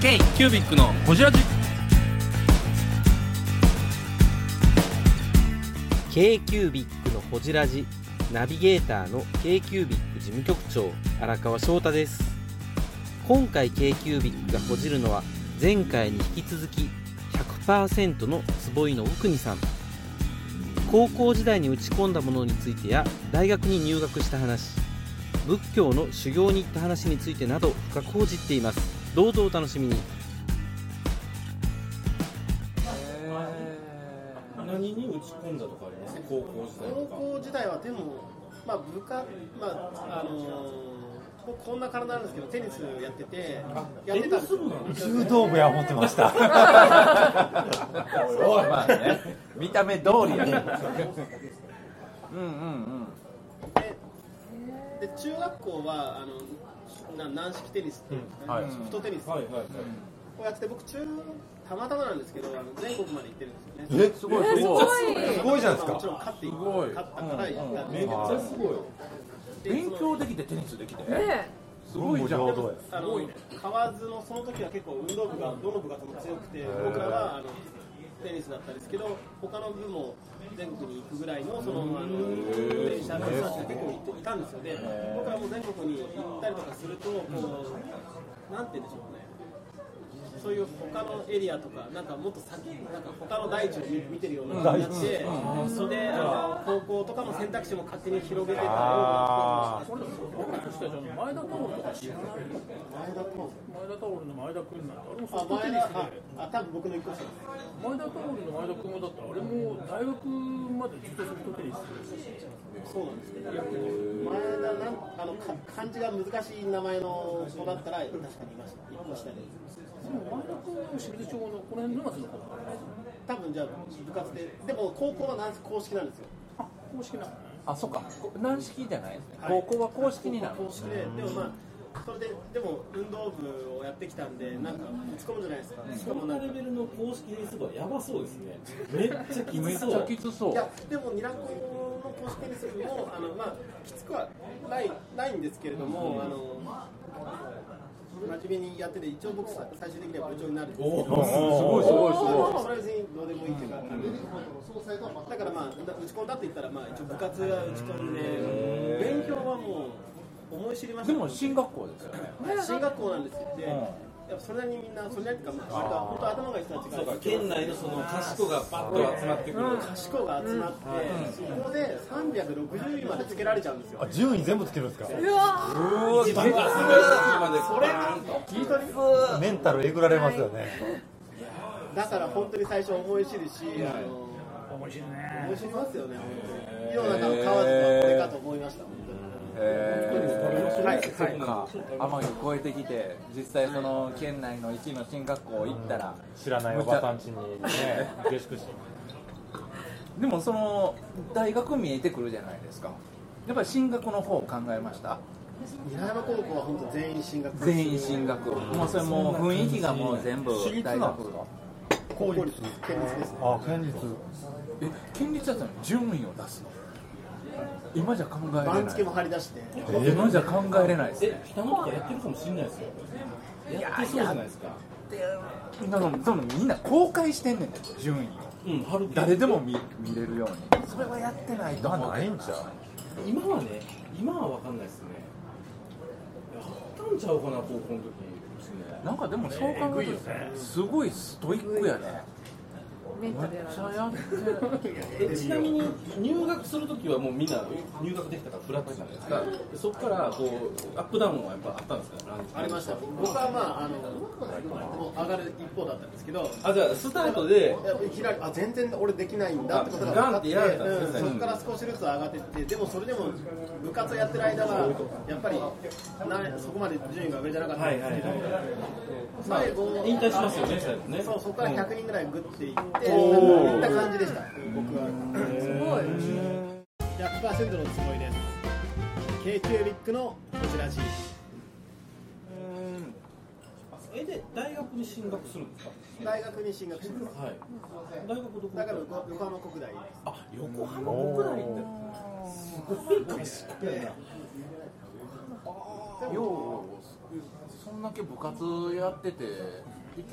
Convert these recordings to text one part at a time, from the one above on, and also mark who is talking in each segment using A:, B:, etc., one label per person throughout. A: K キュービックのホジラジ
B: k q u b i c のほじラジナビゲーターの k q u b i c 事務局長荒川翔太です今回 k q u b i c がほじるのは前回に引き続き100%の坪井の奥にさん高校時代に打ち込んだものについてや大学に入学した話仏教の修行に行った話についてなど深く報じっていますどうぞお楽しみに
C: 何に打ち込んだとかあります高校時代
D: 高
C: とか
D: 校時代はでも、まあ、部活、まああのーここんな体なんですけど、テニスやってて、やってたんですよ、
E: 柔道部や思ってました。
F: おいまあね見た目通りやけどうんうん
D: でで中学校はあのな軟式テニスっていうんですかね、
C: はい
D: ソフトテニスを
C: はいはいはい、
D: やってて、僕中、たまたまなんですけど、あの全国まで行ってるんですよ
C: えす
D: ね。
C: ごいすごい
E: すごいじゃないですか
D: もちろん勝ってい
C: すごい
D: 勝ったから行ったんで
C: め
D: す
C: っ
D: け
C: ち
D: ど、
C: ゃすごい
D: で
F: 勉
D: その
F: 強できてテニスできて
G: ね
C: すごいじゃん
E: 文武両
C: は
E: 道や
D: あの河津のその時は結構運動部がどの部活も強くて僕らはあのテニスだったんですけど他の部も全国に行くぐらいのそのあの電車の人たちが結構いていたんですよね僕らも全国に行ったりとかするとこうなんて言うんでしょうねそういう他のエリアとか、なんかもっと先、なんか他の大地を見見てるような感じになって、それであの高校とかの選択肢も勝手に広げてたような気がします
H: 前田太郎とか知らない
D: あ前田ああ多分僕の一個下ですそうなん
H: 前田太郎の前田君なんてあれもソフトテニスで前田太郎の前田君もだってあれも大学までずっとソフトテニス
D: ですけど、前田なんあのか漢字が難しい名前の子だったら確かにいました。一個下で。
H: でも前田君は清水町のこの辺沼津の子だからね
D: 多分じゃあ部活で、でも高校は軟式公式なんですよ。
H: あ公式なのね
F: あそっかこ軟式じゃないですね高校は公式になる
D: 公式で、でもまあそれででも運動部をやってきたんでなんか打ち込むじゃないですか。しかも
C: こん
D: な
C: なん
D: か
C: レベルの公式にすごいやばそうですねめっちゃきつ
F: めっち
C: そ
F: ゃ
C: う
F: きつそ
D: いや
F: う
D: でもニラコの公式にするもあのまあきつくはないないんですけれども、あの真面目にやってて一応僕さ最終的には部長になるんですけど。
F: すごいすごいすごい
D: それは別にどうでもいいっていうか、だからまあ、打ち込んだって言ったら、まあ、一応部活は打ち込んで、勉強はもう、思い知りまし
F: で
D: た、
F: も進学校ですよね
D: 進学校なんですよ、で、やっぱそれなりにみんな、それなりっていうか、まあ、割と本当、頭がいい人たち
C: そう
D: が
C: か、県内のその賢がパッと集まってくる、
D: 賢い子が集まって、そこで360位までつけられちゃうんですよ。
E: あ、順位全部つけるんですか。
G: うわ
C: 一番からすごいまで
D: それが本当に
E: メンタルえぐられますよね。
D: だから本当に最初思い知るし、あの
H: 面白いね
D: 思い知りますよね、本当に。世の中の川津はこれかと思いました、本当に。
F: へ
D: はい
F: えそっか天城越えてきて実際その県内の1位の進学校行ったら
E: 知らないおばさん家にね、下宿し。
F: でもその大学見えてくるじゃないですかやっぱり進学の方を考えました
D: 稲山高校は本当全員進学
F: 全員進学もうそれもう雰囲気がもう全部
E: 私立
F: 大
E: なん
F: 学
E: ですか。
D: 公立県立ですね
E: あ、県立。
F: え県立だったのに順位を出すの今じゃ考えれ
D: 番
F: ない
D: 付も張り出して
F: 今じゃ考えれないですね
C: え北野とかやってるかもしれないですよやってそうじゃないですか
F: なのそのみんな公開してんねんで順位を
C: うん春
F: 誰でも見見れるようにそれはやってないと思う
E: ないんじゃん。
C: 今はね今は分かんないですねやったんちゃうかな高校の時にですね
F: なんかでもそう考えるとすごいストイックやね
G: メンタルやられ
F: めっ
G: ち
F: ち
G: ゃう
F: ゃやってる
C: えちなみに入学するときはもうみんな入学できたからフラットじゃないですかでそこからこうアップダウンはやっぱあったんですか
D: ありました僕はまああの上がる一方だったんですけど
C: あじゃあスタートで
D: やっぱいきなりあ全然俺できないんだってことが分かって
C: ガンってやられたんですね
D: うんそこから少しずつ上がってってでもそれでも部活をやってる間はやっぱりなそこまで順位が上じゃなかったんですけど、
C: まあ
D: 最後
C: 引退しますよね最後ね
D: そうそこから100人ぐらいグッていって、なんか
C: おー
D: いった感じでした僕は。
G: すごい
D: 100%のつもりです k q ビックのこちらじ
C: えで大学に進学するんですか
D: 大学に進学します
C: はい大学どこ
D: だから横横浜国大です
C: あ横浜国大ってすごい賢いな
F: ようそんだけ部活やってて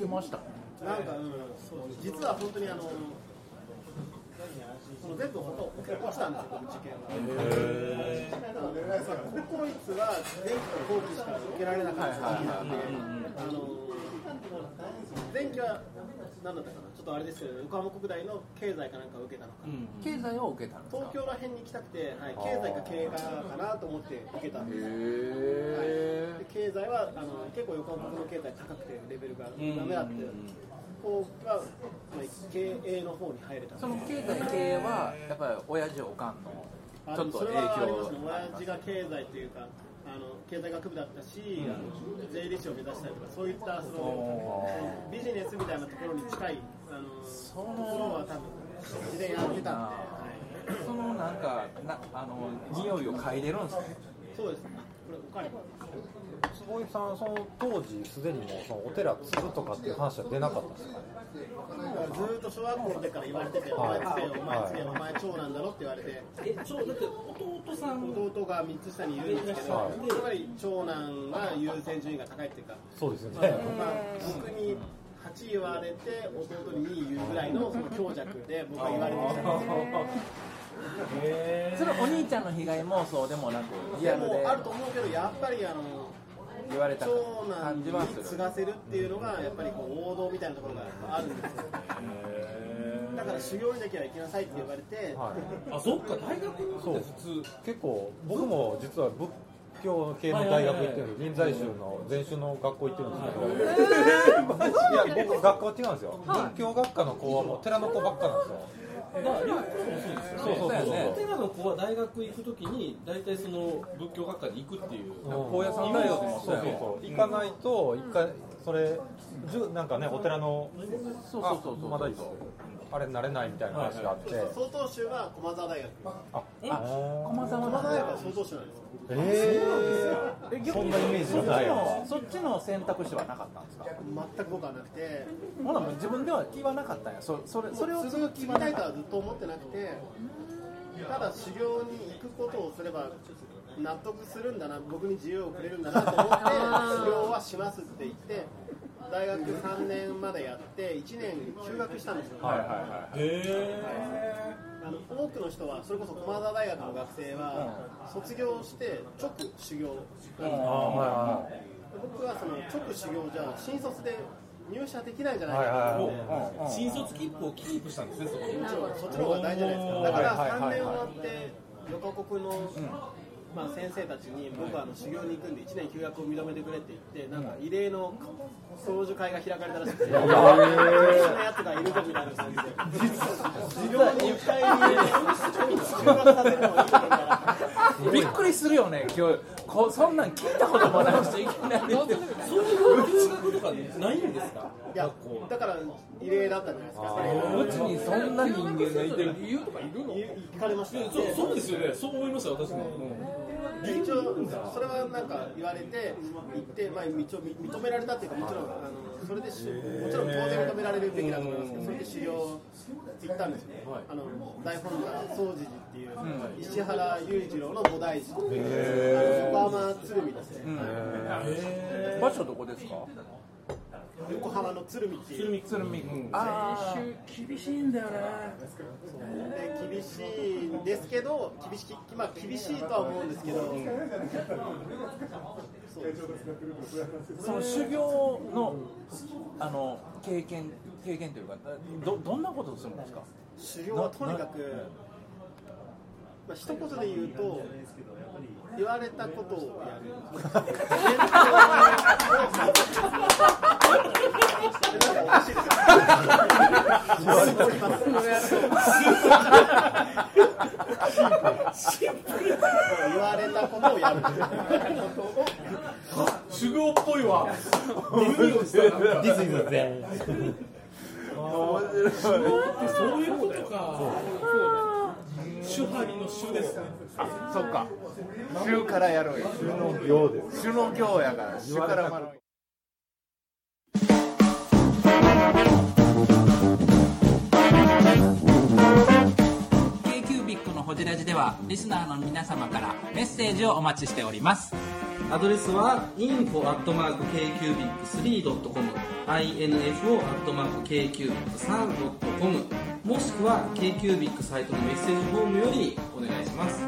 F: 行けました
D: なんか、うん、そう実は本当にあの何その全部本当起こしたんですよ、この事件は。だからさココイツは前期と後期しか受けられなかった時なんで、あの前期は何だったかな、ちょっとあれですけど、横浜国大の経済かなんかを受けたのかな。
F: 経済を受けたんですか
D: 東京ら辺に行きたくて、はい、経済か経営科かなと思って受けたんですよ。
F: へ
D: で経済はあの結構横浜の経済高くてレベルがダメだって、こうがまあ経営の方に入れたん
F: ー
D: で
F: その経済経営はやっぱり親父おかんの
D: あ
F: ちょっと
D: それ
F: 影
D: はありますね
F: 響
D: 親父が経済というかあの経済学部だったし、あの税理士を目指したりとかそういったそのそのビジネスみたいなところに近いあのところは多分自然やってたんで、
F: あ
D: はい
F: ーそのなんかなあの匂いを嗅いでるんですね
D: そうですねこれお金
E: 坪井さん、その当時、すでにもうそのお寺継ぐとかっていう話は出なかったんですか
D: ずーっと小学校の時から言われてて、お前つけよ、お前つけよ、お前長男だろって言われて、
A: え、ちょ、だって弟さん
D: 弟が3つ下にいるんですけど、やっぱり長男が優先順位が高いっていうか、
E: そうですよ
D: まあ、僕に8言われて、弟に2言うぐらいのその強弱で僕は言われてきたんですよ。
F: それはお兄ちゃんの被害もそうでもなくリ
D: で
F: アルで
D: もあると思うけど、やっぱりあの、
F: 言われた
D: 長
F: 感じは
D: 男に
F: す
D: 継
F: る
D: がせるっていうのが、やっぱりこう王道みたいなところがあるんですよ。だから修行にだけは行きなさいって言われて、
A: あ、そっか、大学
E: そう結構僕も実は仏教系の大学行ってるんです臨済宗の禅宗の学校行ってるんですけど、いや僕学校違うんですよ、仏教学科の子はもう寺の子ばっかなんですよ、そうそうそうそう
A: お寺の子は大学行くときに、大体その仏教学科に行くっていう。
F: 高野山大学もそ
E: そうう
F: や
E: そう
F: もん
E: そう行かないと一回それじゅなんかねお寺の
F: そうそう
E: あ
F: そうそう
E: まだいいぞあれ慣れないみたいな話があって、
D: 曹洞宗は駒澤大学。
E: あー
F: 駒沢
D: 駒
F: の
D: 澤大学は曹洞宗なんですよ。
E: え
F: え逆に
E: そんなイメージがないわ
F: そっちのそっちの選択肢はなかったんですか
D: 全く僕はなくて、
F: ほなもう自分では言わなかったんやそそれそれを
D: 続きたいとはずっと思ってなくて、ただ修行に行くことをすれば納得するんだな、僕に自由をくれるんだなと思って、修行はしますって言って、大学3年までやって、1年休学したんですよ。あの多くの人は、それこそ駒澤大学の学生は、卒業して直修行なんです
E: あ
D: よ
E: ーは
D: 僕はその直修行じゃ、新卒で入社できないじゃない
E: いは
D: か
E: い
D: と。
E: はいはい
A: 新卒切符をキープしたんですね、そこに。
D: そっちの方が大事じゃないですか。だから3年終わって横国の、まあ先生たちに僕はあの修行に行くんで1年休学を認めてくれって言ってなんか異例の教授会が開かれたらしくて、そんなやつがいるぞみたいな感じで。修行に行きたい修学させるのもい いみたいな。
F: びっくりするよね今日こそんなん聞いたこともないしいきなり
A: そういう留学とかないんですか
D: いやだから異例だったんじゃないですか。
F: うち にそんな人間がいてる
H: 理由とかいるの
D: 行かれましたよ。
A: そうそうですよね、そう思いました、私も。
D: で一応それはなんか言われて言って、まあ、一応み認められたっていうかもちろんあのそれでしもちろん当然認められるべきだと思いますけどそれで修行行ったんですよ、ねあの大本山総持寺っていう、石原裕次郎の菩提寺っていうあの横浜鶴見ですね、
F: 場所どこですか
D: 横浜の鶴見っていう
F: 鶴見ああ
H: 厳しいんだよね
D: で厳しいんですけど厳し,、まあ、厳しいとは思うんですけど、そうですね
F: その修行のあの経験経験というかどどんなことをするんですか
D: 修行はとにかく、まあ、一言で言うと、言われたことをやる。なんかおかしいですよ言われたことをやる。
A: 修行っぽいわ。
E: ディズニーだぜ
A: そういうことか。主張の主ですね。
F: そっか週からやろうよ
E: 普通の行です
F: 主の行やから主から学ぶ
G: ケイキュービックのホジラジではリスナーの皆様からメッセージをお待ちしております。
B: アドレスは info.kcubic3.com info.kcubic3.com もしくは KQBIC サイトのメッセージフォームよりお願いします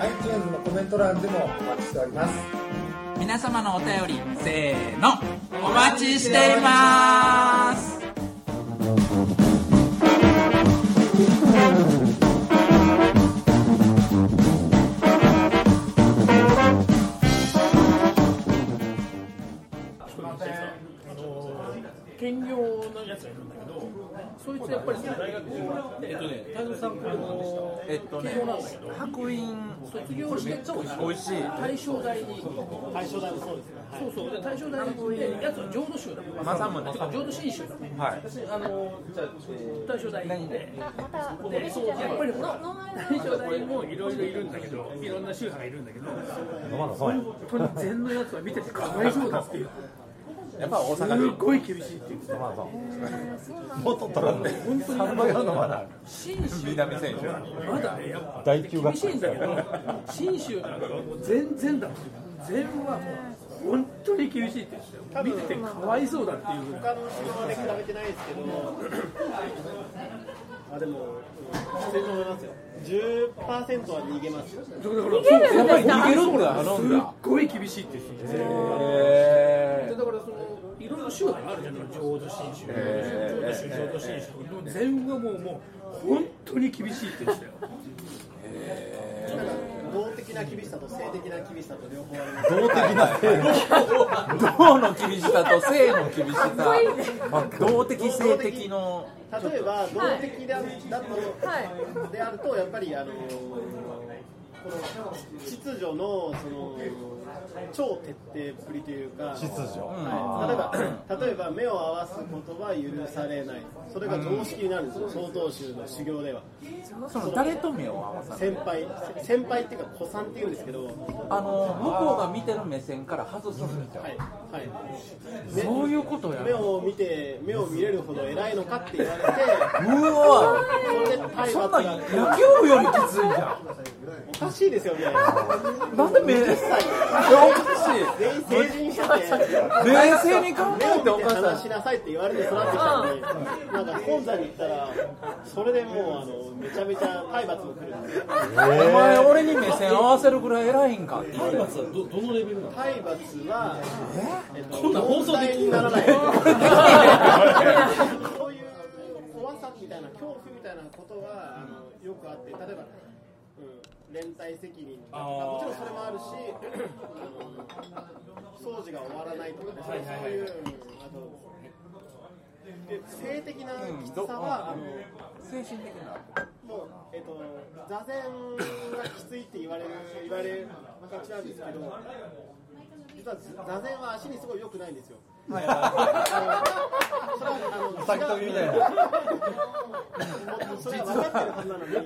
G: iTunes のコメント欄でもお待ちしております
I: 皆様のお便りせーのお待ちしています
H: 兼業のやつがいるんだけど、そいつやっぱりその大学で、えっとね、太蔵さんこの
F: えっとね
H: 兼業なんだけど、
F: 白印
H: 卒業して
F: 美味しい
H: 大正大に、
D: 対象だとそうですね。
H: そうそう、で大正大ってやつは浄土宗だもん、
F: 政宗
H: てか浄土真宗だもん、
F: はい
H: あの大正大にで。
J: また
H: でやっぱりほら
J: ノンア
H: 大
J: ル
H: 正大もいろいろいるんだけどいろんな宗派がいるんだけど
E: 飲まなそうや
H: 本当に禅のやつは見ててかわいそうだっていう
E: やっぱ大
H: す
E: 阪で
H: っごい厳しいっていう
E: 飲まなそう元取らんで3倍は飲まない
H: 真宗
E: 南選手
H: まだねやっぱ
E: 大級が
H: 厳しいんだけど信州なんかはもう全然だって全はもう本当に厳しいって言ってたよ見ててかわいそうだっていう
D: 他の後ろまで比べてないですけど、あでも、してると思いますよ。10%は逃げますよ。
H: だからそうやっぱり逃げろ
F: これあのん
H: すっ
F: だ
H: ごい厳しいって言ってたよ
F: へ
H: でだからそのいろいろ宗派があるじゃない浄土真宗浄土宗浄土真宗の全はもうもう本当に厳しいって言ってたよ
D: 動的な厳しさと性的な厳しさと両方あります。
E: 動的な
F: 銅の厳しさと性の厳しさまあ動的性的の
D: 例えば動的であるだと、
J: はい
D: であるとやっぱりあのこの秩序のその超徹底っぷりというか。
E: 秩序
D: はい例えば例え ば目を合わすことは許されないそれが常識になるんですよ曹洞宗の修行では
F: その誰と目を合わさない
D: 先輩先輩っていうか古参っていうんですけどはい
F: あの向こうが見てる目線から外すんですよ
D: はい
F: そういうことや
D: 目を見て目を見れるほど偉いのかって 言われて
F: うわ
D: それで体
F: そんな
D: 罰が
F: 野球部よりきついじゃ
D: おかしいですよね
F: んなんで目いやおか
D: 全員成人してて
F: しい冷静に考
D: 目を
F: えてお
D: 見て
F: か
D: 話
F: し
D: し
F: い
D: なさいって言われて育ってきたのに、なんか本座に行ったら、それでもうあのめちゃめちゃ体罰も来るんですよ。
F: お前俺に目線合わせるぐらい偉いんかって
C: 体罰はどどのレベルなの
D: 体罰は、えっと、
C: こんなん放送でき
D: に
C: んの
D: ならない。こういう怖さみたいな恐怖みたいなことはあのよくあって、例えば、うん、連帯責任とか、もちろんそれもあるし、あの掃除が終わらないとかね、そういう、うんあと。で性的なきつさは、あの
F: 精神的な
D: もう、えっと、座禅がきついって言われる、言われがちなんですけど。実は座禅は足にすごい良くないんですよ。それは、あの、
E: 先飛びみたいな
D: 違うそれは分かってるは ずなのに。
C: お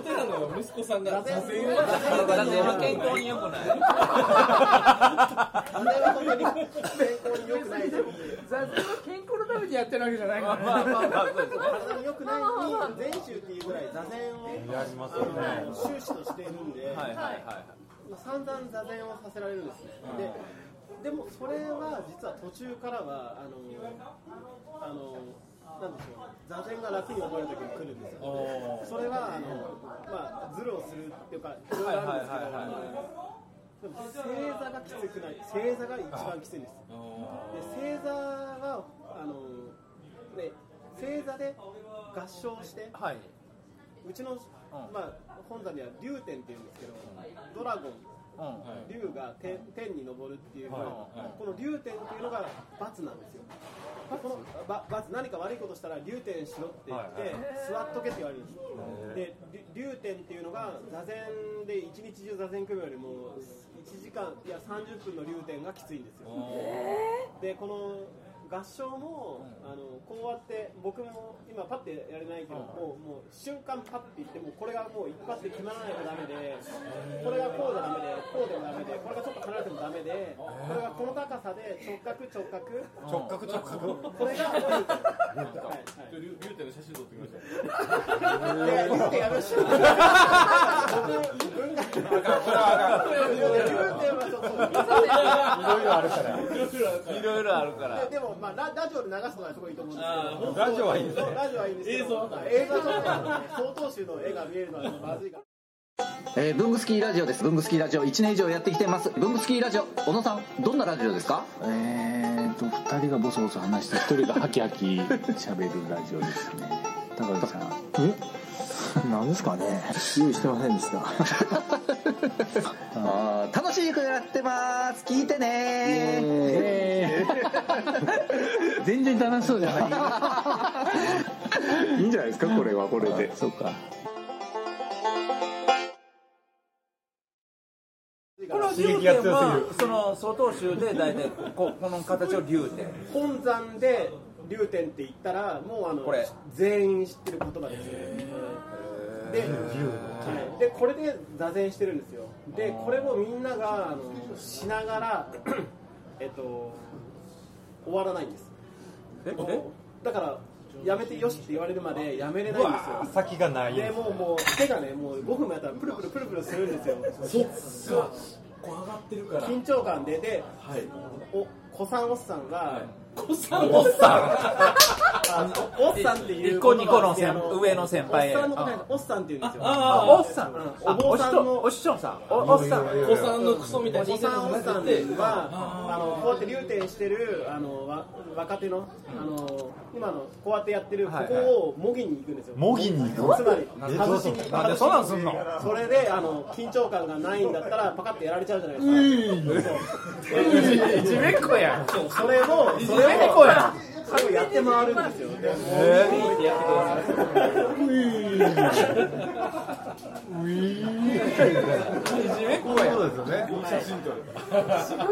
C: 寺の息子さんが座
D: 座禅
C: 禅
D: は
F: だって今健康に良くない
D: 座禅は本当に健康に良くないし、
H: 雑誌は健康のためにやってるわけじゃないからね
F: まあまあまあそうですね
D: 体に良くないのに、禅宗っていうぐらい座禅を
E: やりますよね
D: 終始としているんで。
F: はいはいはい
D: 散々座禅をさせられるんですね、ででもそれは実は途中からはあのあのなんでしょう座禅が楽に覚える時も来るんですよそれはあの、まあ、ズルをするっていうかいろいろあるんですけど、
F: はいはいはい
D: でも正座がきつくない正座が一番きついんですで正座はあの、ね、正座で合唱して
F: はいう
D: ちの、まあ、本座には龍天っていうんですけどドラゴン
F: うん
D: 竜が天天に昇るっていうのは、
F: はい
D: この竜天っていうのが罰なんですよ。このば罰何か悪いことしたら竜天しろって言って、座っとけって言われるんです。でりゅ竜天っていうのが座禅で一日中座禅組むよりも1時間いや30分の竜天がきついんですよ。でこの合唱も、あのこうやって僕も今パッてやれないけど、もうもう瞬間パッていってもうこれがもう一発で決まらないとダメでこれがこうじゃダメでこうでもダメでこれがちょっと離れてもダメでこれがこの高さで直角直
E: 直角直角
D: 角これがはい
C: 竜竜天の写真撮ってきました
D: はいで言うてやる し僕文学
E: あかんこれはあかん
D: 言うてはちょっと
E: ろいろあるから
F: いろいろあるから
D: でも、まあ、ララジオで流すのがすごいいいと思うんですけど。
E: ラジオはいいですね
D: そうラジオはいいんですけど。映像映像とかね、相当集の絵が見えるのはまずいから。
J: えー、文具スキーラジオです文具スキーラジオ1年以上やってきてます文具スキーラジオ小野さんどんなラジオですかえーと2人がボソボソ話して1人がハキハキ喋るラジオですね高橋さんえなんですかね用意してませんでした あー楽しい曲やってます聞いてね 全然楽しそうじゃ ないいいんじゃないですかこれはこれでそうか
F: この
E: 刺
F: 流
E: 激が
F: 点
E: 強すぎる
F: はその曹洞宗で大体ここの形を流点
D: 本山で龍天って言ったら、もうあの
F: これ
D: 全員知ってる言葉ですよね。で、はいでこれで座禅してるんですよ。で、これもみんながあのしながら えっと終わらないんです。
F: え
D: もうだからやめてよしって言われるまでやめれないんですよ。
E: 先がない
D: でもうもう手がねもう5分もやったらプルプルプルプルするんですよ
A: そっかこう上がってるから
D: 緊張感でで、お子さんおっさんが、
A: 子さんおっさ
D: あのおっさんっていう
F: 一個
D: 言
F: 二
D: 葉
F: 個
D: が
F: の
D: 好
F: 先
D: きな
F: 上の先輩
D: おっさんのことないおっさんって言うんですよ
A: あ
F: おっさん
D: うん
F: あ
D: お坊さんの
F: おっしょんさんおおっさん
A: ん子さんのクソみたい
D: お
A: な
D: じさんおっさんはあのこうやって留点してるあのわ若手のあの今のこうやってやってるこ
F: はいはい
D: こをもぎに行くんですよ
E: もぎに行く
D: つまり
E: えどう
D: 外
E: す
D: し
E: んの
D: に
F: なんでそんなんすんの
D: それであの緊張感がないんだったらパカってやられちゃうじゃないですか
F: いじめっ子やん
D: そうそうそれも
F: いじ
D: そ
F: め
D: れ
F: っ
D: も
F: 子やん
D: それをやって回るんですよで
E: そうですよね
K: 修行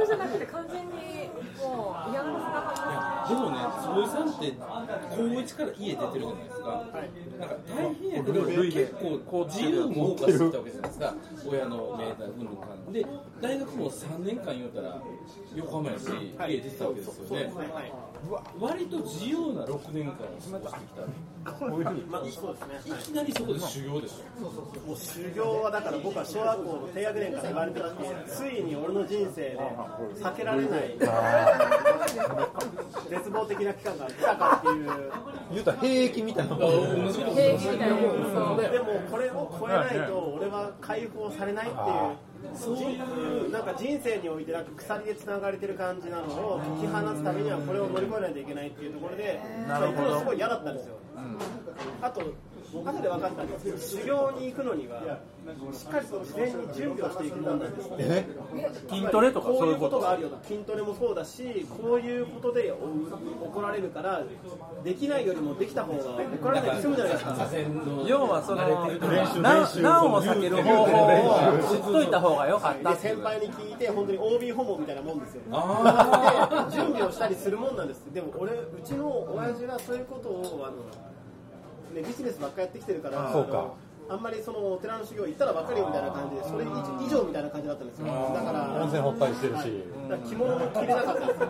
K: じゃなくて完全にもうヤングスな話
C: でもね、坪井さんって高一から家出てるじゃないですか、なんか大変やけど、結構こう自由も謳歌してきたわけじゃないですか、親の命題、うんぬんかんぬんで、大学も3年間言うたら、横浜やし、家出てたわけですよね、割と自由な6年間を過ごしてきた、
D: まあそうですね
C: いきなりそこで修行でし
D: もう修行はだから僕は小学校の低学年から言われてきてついに俺の人生で避けられない絶望的な期間が来たかっていう
E: 言うたら兵役みたいなもん
K: 平気みたいなそう
D: でもこれを超えないと俺は解放されないっていうそういうなんか人生においてなんか鎖でつながれてる感じなのを解き放つためにはこれを乗り越えないといけないっていうところでまあ行くのすごい嫌だったんですよ、あと後で分かったんですけど修行に行くのにはしっかりと事前に準備をしていくもんなんですね
E: え
F: 筋トレとか
D: こ
F: そうう
D: い
F: いうう
D: こ
F: ことと
D: があるよな筋トレもそうだしこういうことでお怒られるからできないよりもできた方が怒られないで済むじゃないですか
F: 要はそのな難を避ける方法を知っといた方が良かった
D: で
F: ってい
D: 先
F: う
D: 輩に聞いて本当に OB 訪問みたいなもんですよ
C: あ
D: で準備をしたりするもんなんですでも俺うちの親父がそういうことをあの、ね、ビジネスばっかやってきてるから
E: そうか
D: あのあんまりそのお寺の修行行ったら分かるよみたいな感じでそれ以上みたいな感じだったんですよだから
E: 温泉ほっぱりしてるし
D: だから着物も着れなかったんですよ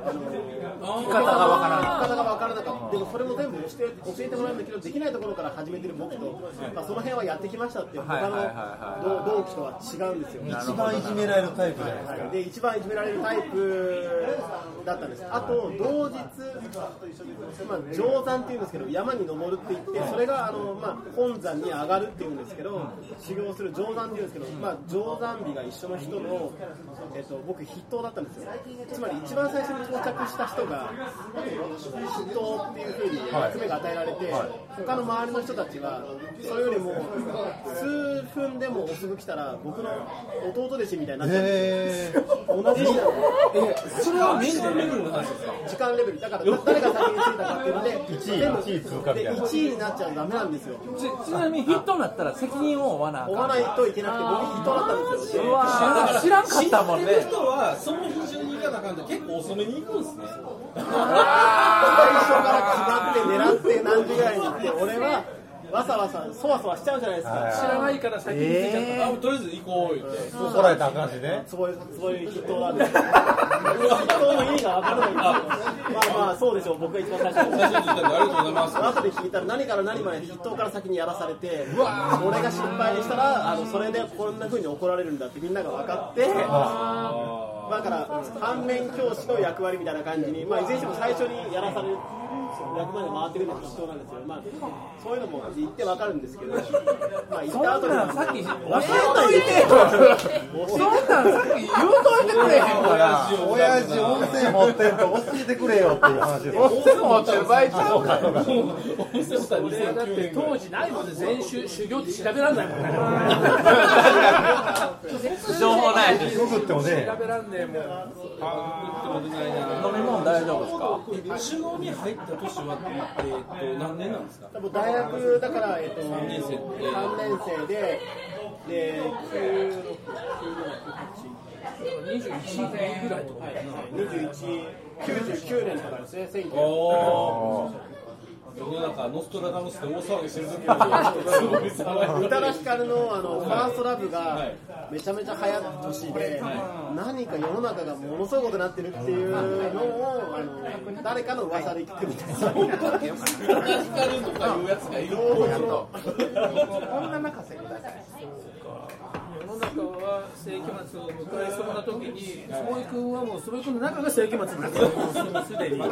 D: あ
F: 着
D: の
F: 方がわからない
D: 着方が分からなかったでもそれも全部教えて教えてもらうんだけどできないところから始めてる僕と、まあ、その辺はやってきましたっていう他
F: はいはいは
D: の同同期とは違うんですよ
E: 一番いじめられるタイプじゃないですか
D: で一番いじめられるタイプだったんですあと同日、まあ、上山っていうんですけど山に登るって言ってそれがあの、まあ、本山に上がるっていうんですけど修行する上山っていうんですけど、まあ、上山日が一緒の人の、えっと、僕筆頭だったんですよつまり一番最初に到着した人が筆頭っていうふうに役目が与えられて、他の周りの人たちはそれよりも数分でも遅く来たら僕の弟弟子みたいになっちゃうんですよ
E: え
D: 同じ人
C: ょ、それは年間レベルの話ですか、
D: 時間レベルだから誰が先に着いたかっていうので全部
E: 一位通過みたいな
D: で1位になっちゃダメなんですよ
F: ちちなみにヒットになったら責任を負わなあ
D: 追
F: か
D: わ
F: ん
D: ないといけなくて僕人だったんですよ
F: うわー知らんかったもん
C: 知って
F: ね
C: る人は、その日中に行かなあかんと、結構遅めに行くんですね。
D: 最初から決まって狙って何時ぐらいに行って俺はわさわさそわそわしちゃうじゃないですか
H: 知らないから先に聞いちゃった
C: あとりあえず行こう言って、
E: ー、怒られた感じね
D: つぼいつぼい筆頭なんですよ筆頭の意味が分からないんですよまあまあそうでしょう僕が一番最初
C: 最初に言ったんで、ありがとうございます。
D: 後で聞いたら何から何まで筆頭から先にやらされて俺が失敗したらあのそれでこんな風に怒られるんだってみんなが分かってまだから反面教師の役割みたいな感じに、まあ、いずれにしても最初にやらされる役まで回ってくるのが必要なんですよ、まあ、そういうのも言ってわかるんですけど、まあ、言った後にさっき教
F: そんなんさっき言うといてくれへんから
E: 親父温泉持ってんと教えてくれよっていう話です
F: 温泉持ってる場合ちゃうから
E: そうかそうか
H: それはだって当時ないもんね全種修行って調べらんないもんね
F: 情報ない
E: ググってもね
H: 調べらんねえもん
C: 飲み物大丈夫ですか首脳に入った年は、えー、と何年なんですか
D: 多分大学だから、えっと、3
C: 年生って
D: 年生で、で、9
H: 21年ぐらいとか
D: はい、21、99年とかですね、1900
C: お世の中ノストラダムスで大騒ぎしてる時よりすごい騒いでる
D: 宇多田ヒカルのあのファーストラブがめちゃめちゃ流行った年で、何か世の中がものすごいことになってるっていうのをあの誰かの噂で聞くみたいな。
C: 光とかいうやつがいる
D: どうやろ
F: 女泣かせください
H: 世の中は世紀末を迎えそうな時に坪井君はもう坪井君の中が世紀末になってるもうすでに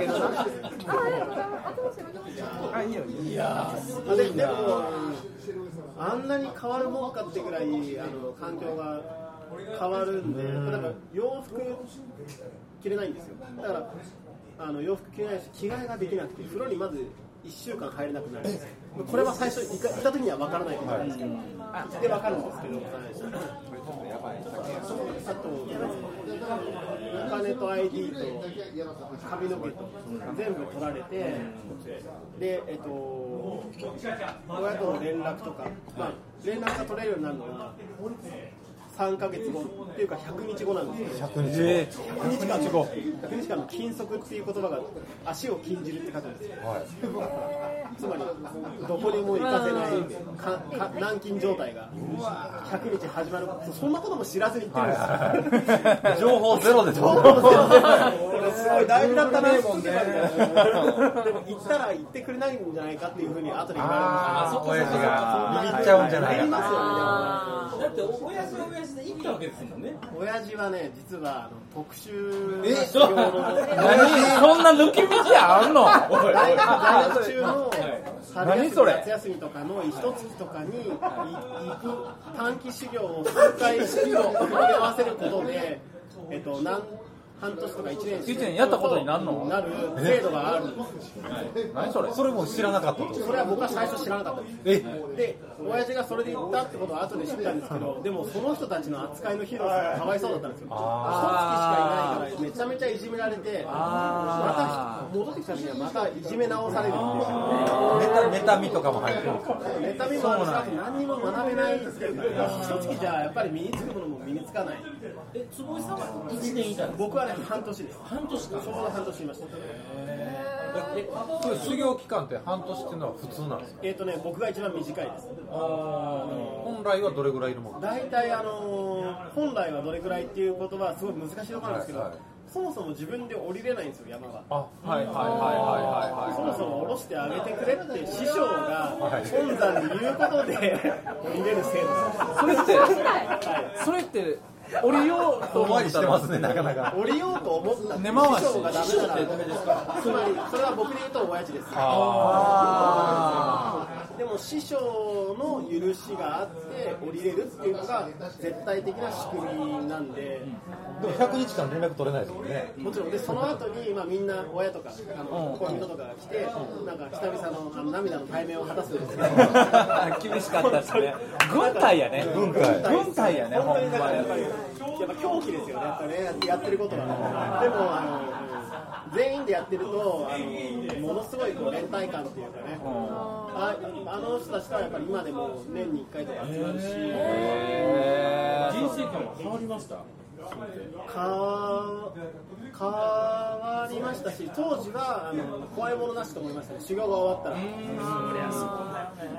F: あいいよいいよ
D: まあででもあんなに変わるもんかってぐらいあの環境が変わるんで、だから洋服着れないんですよだからあの洋服着れないし着替えができなくて風呂にまず1週間入れなくなるんですよこれは最初いかいた時には分からないことなんですけど、で分かるんですけど、あとお金と ID と髪の毛と全部取られて、で、えっと、親との連絡とか、まあ、連絡が取れるようになるのは3ヶ月後っていうか100日後なんですよ。
E: 100日後、100日後
D: 100日間の禁足っていう言葉が足を禁じるって書くんですよ。
E: はい
D: つまりどこにも行かせないかか軟禁状態 が100日始まるそんなことも知らずに言ってるんですよ。
E: 情報ゼロですよ
D: 俺すごい大事だったなもんね。でも行ったら行ってくれないんじゃないかっていうふうに後で言わ
E: ああ親父がビビっちゃうんじゃな
D: れる。あり
E: い
D: ま
E: か
D: すよ
C: だ
D: ね。
C: って親父は親父で行ったわけですもんね
D: でも親父はね実はあの特殊な修 行
F: そ
D: の
F: んな抜け道あんの
D: 大学在学中の春
F: 何
D: 休
F: そ
D: み
F: れ
D: 夏休みとかの一月とかにい行く短期修行を数回修行を組み合わせることで、えっと、何半年とか1年
F: 一年やったことになんの
D: なる制度があるんです
F: 何それ
E: それも知らなかったと
D: それは僕は最初知らなかったんです
E: え
D: で親父がそれで言ったってことは後で知ったんですけどでもその人たちの扱いの広さがかわいそうだったんですよ一月しかいないからめちゃめちゃいじめられてまた戻ってきた時にはまたいじめ直されるって
E: ネタネタミとかも入ってるんですか
D: いう妬みもあるし多分何にも学べないっていうか一月じゃやっぱり身につくものも身につかない
C: え坪井さんは1年いたんです
D: 僕はね半年です
C: 半年か
D: ちょうど半年いました
E: それ修行期間って半年っていうのは普通なんですか
D: えっ、とね僕が一番短いです
E: 本来はどれぐらいのもの
D: 大体あのー本来はどれくらいっていうことはすごい難しいところなんですけど、
E: はいはい
D: そもそも自分で降りれないんですよ山が。
E: あはいはいはい
D: そもそも降ろしてあげてくれって師匠が
E: はい
D: 本山に言うことで 降りれる制度なんで
F: それってそれって俺よう
E: 遠回り
F: っ
E: したて
F: の
E: ますねなかな
D: す
E: か
D: よ。降りようと思ったって
F: 根回し
D: 師匠がダメならダメですから。つまりそれは僕で言うと親父です。
F: あ
D: でも師匠の許しがあって降りれるっていうのが絶対的な仕組みなんで。
E: でも100日間連絡取れないですもんね
D: もちろんでその後にまあみんな親とかあの恋人とかが来てなんか久々のあの涙の対面を果たすん ですけど
F: ー厳しかったですね軍隊やね
E: 軍隊
F: 軍隊やねほ
D: 本当に
F: ん
D: だか
F: ま
D: らやっ
F: に
D: ぱりやっぱ狂気ですよねやっぱねやってやってることはでもあの全員でやってるとあのものすごいこう連帯感っていうかねああの人たちとはやっぱり今でも年に1回とか集まるし
C: 人生観は変わりました
D: 変わ変わりましたし当時はあの怖いものなしと思いましたね修行が終わったら4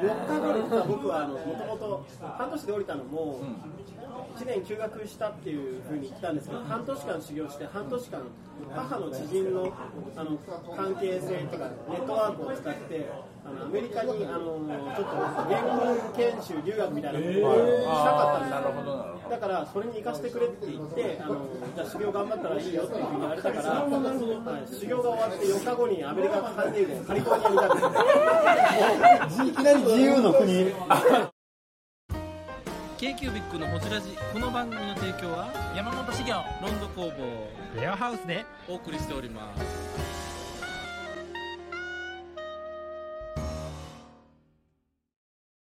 D: 日後に実は僕はもともと半年で降りたのも、 1年休学したっていうふうに言ったんですけど、半年間修行して、半年間、母の知人のあの関係性とか、ネットワークを使って、あのアメリカにあのちょっと言語研修留学みたいなことをしたかったんですよ、だからそれに生かしてくれって言って、あのじゃあ修行頑張ったらいいよっていうふうに言われたから、はい修行が終わって4日後にアメリカ関連でカリフォルニアにいたんですよ。
E: いきなり自由の国
B: k q b i c のホジラジこの番組の提供は山本資源ロンド工房レアハウスでお送りしております